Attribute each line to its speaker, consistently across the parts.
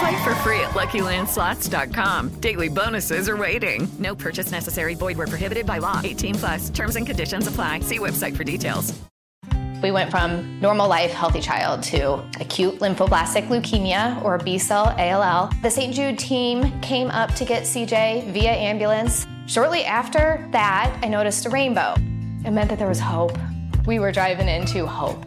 Speaker 1: Play for free at LuckyLandSlots.com. Daily bonuses are waiting. No purchase necessary. Void were prohibited by law. 18 plus. Terms and conditions apply. See website for details.
Speaker 2: We went from normal life, healthy child to acute lymphoblastic leukemia or B cell ALL. The St. Jude team came up to get CJ via ambulance. Shortly after that, I noticed a rainbow. It meant that there was hope. We were driving into hope.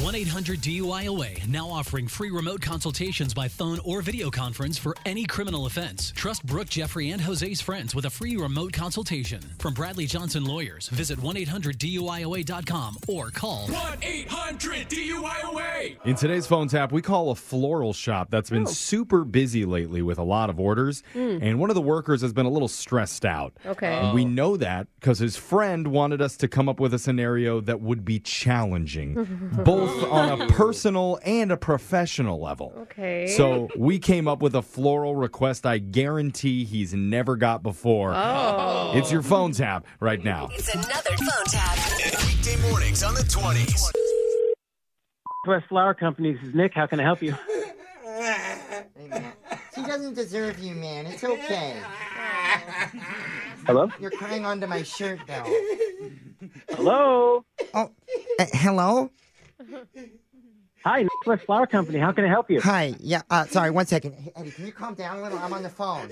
Speaker 3: 1 800 DUIOA now offering free remote consultations by phone or video conference for any criminal offense. Trust Brooke, Jeffrey, and Jose's friends with a free remote consultation. From Bradley Johnson Lawyers, visit 1 800 DUIOA.com or call
Speaker 4: 1 800 DUIOA!
Speaker 5: In today's phone tap, we call a floral shop that's been super busy lately with a lot of orders.
Speaker 6: Mm.
Speaker 5: And one of the workers has been a little stressed out.
Speaker 6: Okay.
Speaker 5: And we know that because his friend wanted us to come up with a scenario that would be challenging, both on a personal and a professional level.
Speaker 7: Okay.
Speaker 5: So we came up with a floral request I guarantee he's never got before.
Speaker 8: Oh.
Speaker 5: It's your phone tap right now.
Speaker 8: It's another phone tap. Weekday mornings on the 20s.
Speaker 9: Northwest Flower Company. This is Nick. How can I help you?
Speaker 10: She doesn't deserve you, man. It's okay.
Speaker 9: Hello?
Speaker 10: You're crying onto my shirt, though.
Speaker 9: Hello?
Speaker 10: Oh, uh, hello?
Speaker 9: Hi, Northwest Flower Company. How can I help you?
Speaker 10: Hi. Yeah, uh, sorry, one second. Hey, Eddie, can you calm down a little? I'm on the phone.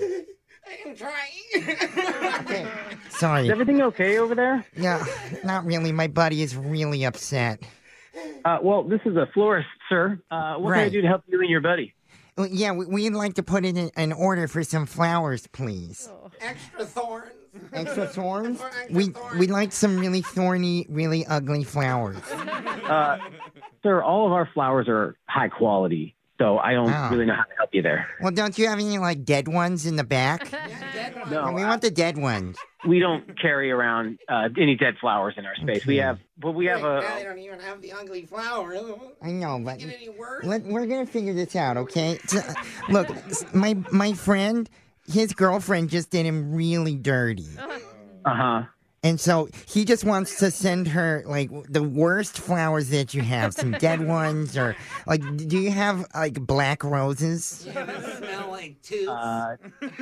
Speaker 8: I'm trying.
Speaker 10: Sorry.
Speaker 9: Is everything okay over there?
Speaker 10: Yeah, not really. My buddy is really upset.
Speaker 9: Uh, well, this is a florist, sir. Uh, what can I
Speaker 10: Right.
Speaker 9: do to help you and your buddy?
Speaker 10: Well, yeah, we, we'd like to put in an- an order for some flowers, please.
Speaker 8: Extra thorns.
Speaker 10: Extra thorns? We, we'd like some really thorny, really ugly flowers.
Speaker 9: Uh, sir, all of our flowers are high quality, so I don't
Speaker 10: Oh.
Speaker 9: really know how to help you there.
Speaker 10: Well, don't you have any, like, dead ones in the back?
Speaker 9: No,
Speaker 10: we want the dead ones.
Speaker 9: We don't carry around uh, any dead flowers in our space. We have, but we have
Speaker 10: Right,
Speaker 9: a.
Speaker 10: now
Speaker 8: I don't even have the ugly flower.
Speaker 10: I know, but
Speaker 8: Get any worse?
Speaker 10: let, we're gonna figure this out, okay? So, look, s- my my friend, his girlfriend just did him really dirty,
Speaker 9: Uh huh.
Speaker 10: and so he just wants to send her like w- the worst flowers that you have, some dead ones, or like, do you have like black roses?
Speaker 8: smell like toots.
Speaker 9: Uh,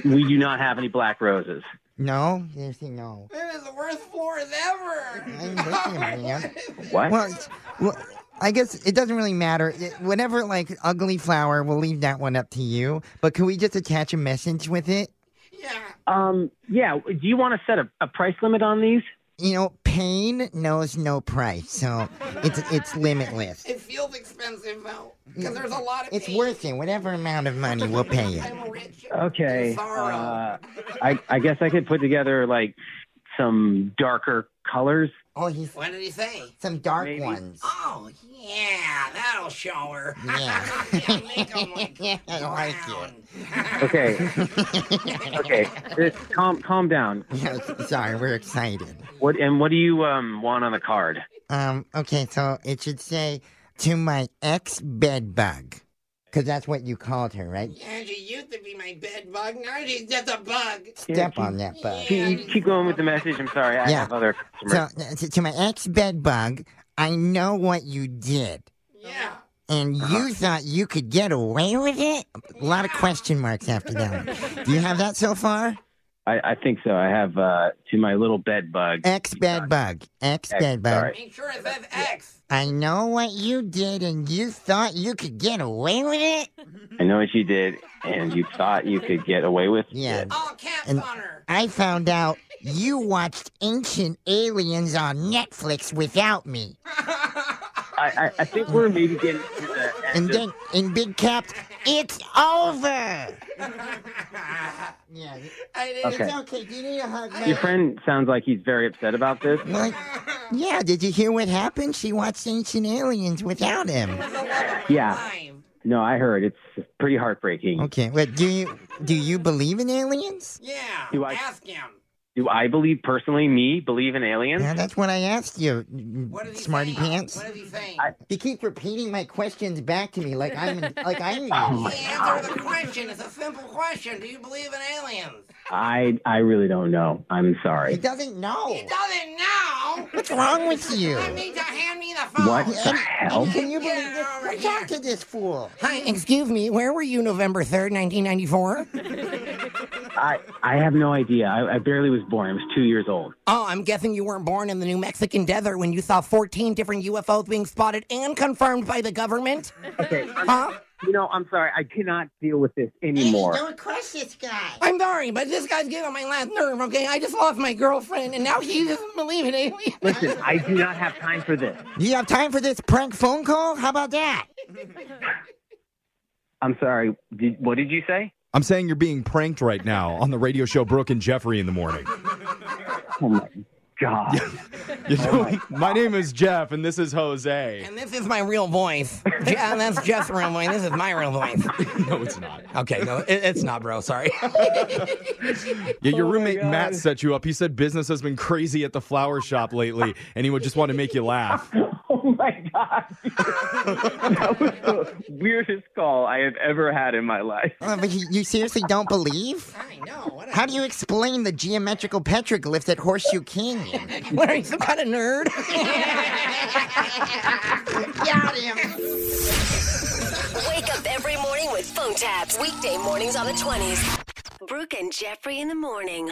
Speaker 9: we do not have any black roses.
Speaker 10: No, Yes, he- no.
Speaker 8: That is the worst floors ever.
Speaker 10: I'm with you, man.
Speaker 9: What?
Speaker 10: Well, it's- well, I guess it doesn't really matter. It, whatever, like ugly flower, we'll leave that one up to you. But can we just attach a message with it?
Speaker 9: Um, yeah. Do you want to set a, a price limit on these?
Speaker 10: you know, pain knows no price, so it's it's limitless.
Speaker 8: It feels expensive though, because there's a lot of
Speaker 10: It's worth it. Whatever amount of money we'll pay you.
Speaker 9: Okay. Uh, I, I guess I could put together like some darker colors.
Speaker 10: Oh, he's
Speaker 8: What did he say?
Speaker 10: some dark
Speaker 9: Maybe.
Speaker 10: ones.
Speaker 8: Oh yeah, that'll show her.
Speaker 10: Yeah.
Speaker 8: Yeah, make 'em like
Speaker 10: I like it.
Speaker 9: Okay. okay. Just calm calm down.
Speaker 10: Yeah, s- sorry, we're excited.
Speaker 9: What and what do you um want on the card?
Speaker 10: Um, okay, so it should say to my ex bed bug, because that's what you called her, right?
Speaker 8: Yeah, she used to be my bed bug. Now she's just a bug.
Speaker 10: Step on that bug.
Speaker 9: Keep, keep going with the message. I'm sorry. I
Speaker 10: Yeah.
Speaker 9: have other
Speaker 10: So
Speaker 9: customers.
Speaker 10: uh, to to my ex bed bug, I know what you did.
Speaker 8: Yeah. Uh-huh.
Speaker 10: and you thought you could get away with it? A lot of question marks after that one. Do you have that so far?
Speaker 9: I, I think so. I have uh to my little bed bug.
Speaker 10: X bed bug. X
Speaker 9: X,
Speaker 10: bed bug.
Speaker 9: sorry.
Speaker 8: Make sure it says X.
Speaker 10: I know what you did, and you thought you could get away with it.
Speaker 9: I know what you did, and you thought you could get away with
Speaker 10: Yeah.
Speaker 9: it.
Speaker 10: and I found out you watched Ancient Aliens on Netflix without me.
Speaker 9: I, I, I think we're maybe getting to the end.
Speaker 10: And
Speaker 9: of-
Speaker 10: then in big caps, it's over. yeah.
Speaker 9: Okay.
Speaker 10: It's okay. Do you need a hug,
Speaker 9: Your
Speaker 10: man?
Speaker 9: friend sounds like he's very upset about this.
Speaker 10: What? Yeah, did you hear what happened? She watched Ancient Aliens without him.
Speaker 9: Yeah. No, I heard it's pretty heartbreaking.
Speaker 10: Okay, but do you do you believe in aliens?
Speaker 9: Do I ask him? Do I believe personally? Me believe in aliens?
Speaker 10: Yeah, that's what I asked you, smarty pants. What is he saying? He keeps repeating my questions back to me like I'm like I'm.
Speaker 9: Oh my God.
Speaker 6: The question is a simple question. Do you believe in aliens?
Speaker 9: I I really don't know. I'm
Speaker 10: He
Speaker 9: sorry.
Speaker 10: doesn't know.
Speaker 6: Doesn't know.
Speaker 10: What's wrong with you?
Speaker 6: I need to hand me the phone.
Speaker 9: What the hell?
Speaker 10: Can you believe this? Come talk to this fool.
Speaker 6: Hi, excuse me. Where were you November 3rd, 1994?
Speaker 9: I I have no idea. I, I barely was born. I was two years old.
Speaker 6: Oh, I'm guessing you weren't born in the New Mexican desert when you saw 14 different UFOs being spotted and confirmed by the government?
Speaker 9: Okay. You know, I'm sorry. I cannot deal with this anymore.
Speaker 10: crush this guy.
Speaker 6: I'm sorry, but this guy's getting on my last nerve, okay? I just lost my girlfriend, and now he doesn't believe in aliens.
Speaker 9: Listen, I do not have time for this.
Speaker 10: Do you have time for this prank phone call? How about that?
Speaker 9: I'm sorry. Did, what did you say?
Speaker 5: I'm saying you're being pranked right now on the radio show Brooke and Jeffrey in the morning.
Speaker 9: Oh my God.
Speaker 5: You know, Oh my name is Jeff and this is Jose.
Speaker 6: And this is my real voice. Je- and that's Jeff's real voice. This is my real voice.
Speaker 5: No, it's not.
Speaker 6: Okay, no, it, it's not, bro. Sorry.
Speaker 5: Yeah, your
Speaker 9: Oh
Speaker 5: roommate Matt set you up. He said business has been crazy at the flower shop lately and he would just want to make you laugh.
Speaker 9: Oh my God. that was the weirdest call I have ever had in my life.
Speaker 10: Oh, but you, you seriously don't believe? I know. How do you explain the geometrical petroglyphs at Horseshoe Canyon?
Speaker 6: what are you, some kind of nerd?
Speaker 10: Got him.
Speaker 7: Wake up every morning with phone taps. Weekday mornings on the 20s. Brooke and Jeffrey in the morning.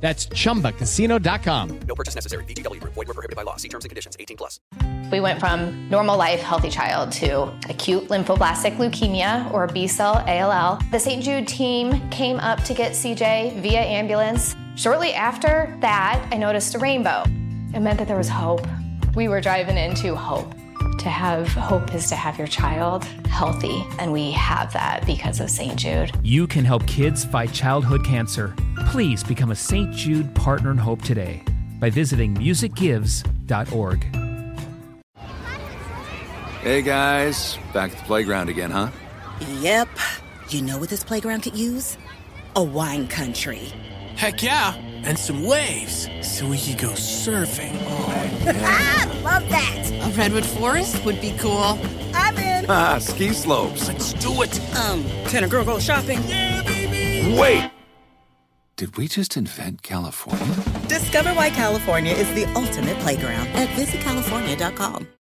Speaker 11: That's chumbacasino.com.
Speaker 12: No purchase necessary. VGW Group. Void were prohibited by law. See terms and conditions. 18 plus.
Speaker 2: We went from normal life, healthy child to acute lymphoblastic leukemia or B cell ALL. The St. Jude team came up to get CJ via ambulance. Shortly after that, I noticed a rainbow. It meant that there was hope. We were driving into hope. To have hope is to have your child healthy, and we have that because of St. Jude.
Speaker 13: You can help kids fight childhood cancer. Please become a St. Jude Partner in Hope today by visiting musicgives.org.
Speaker 14: Hey guys, back at the playground again, huh?
Speaker 15: Yep. You know what this playground could use? A wine country.
Speaker 4: Heck yeah! And some waves, so we could go surfing.
Speaker 15: Ah, love that. A redwood forest would be cool. I'm in.
Speaker 14: Ah, ski slopes.
Speaker 15: Let's do it. Um, can a girl go shopping? Yeah, baby.
Speaker 14: Wait! Did we just invent California?
Speaker 15: Discover why California is the ultimate playground at visitcalifornia.com.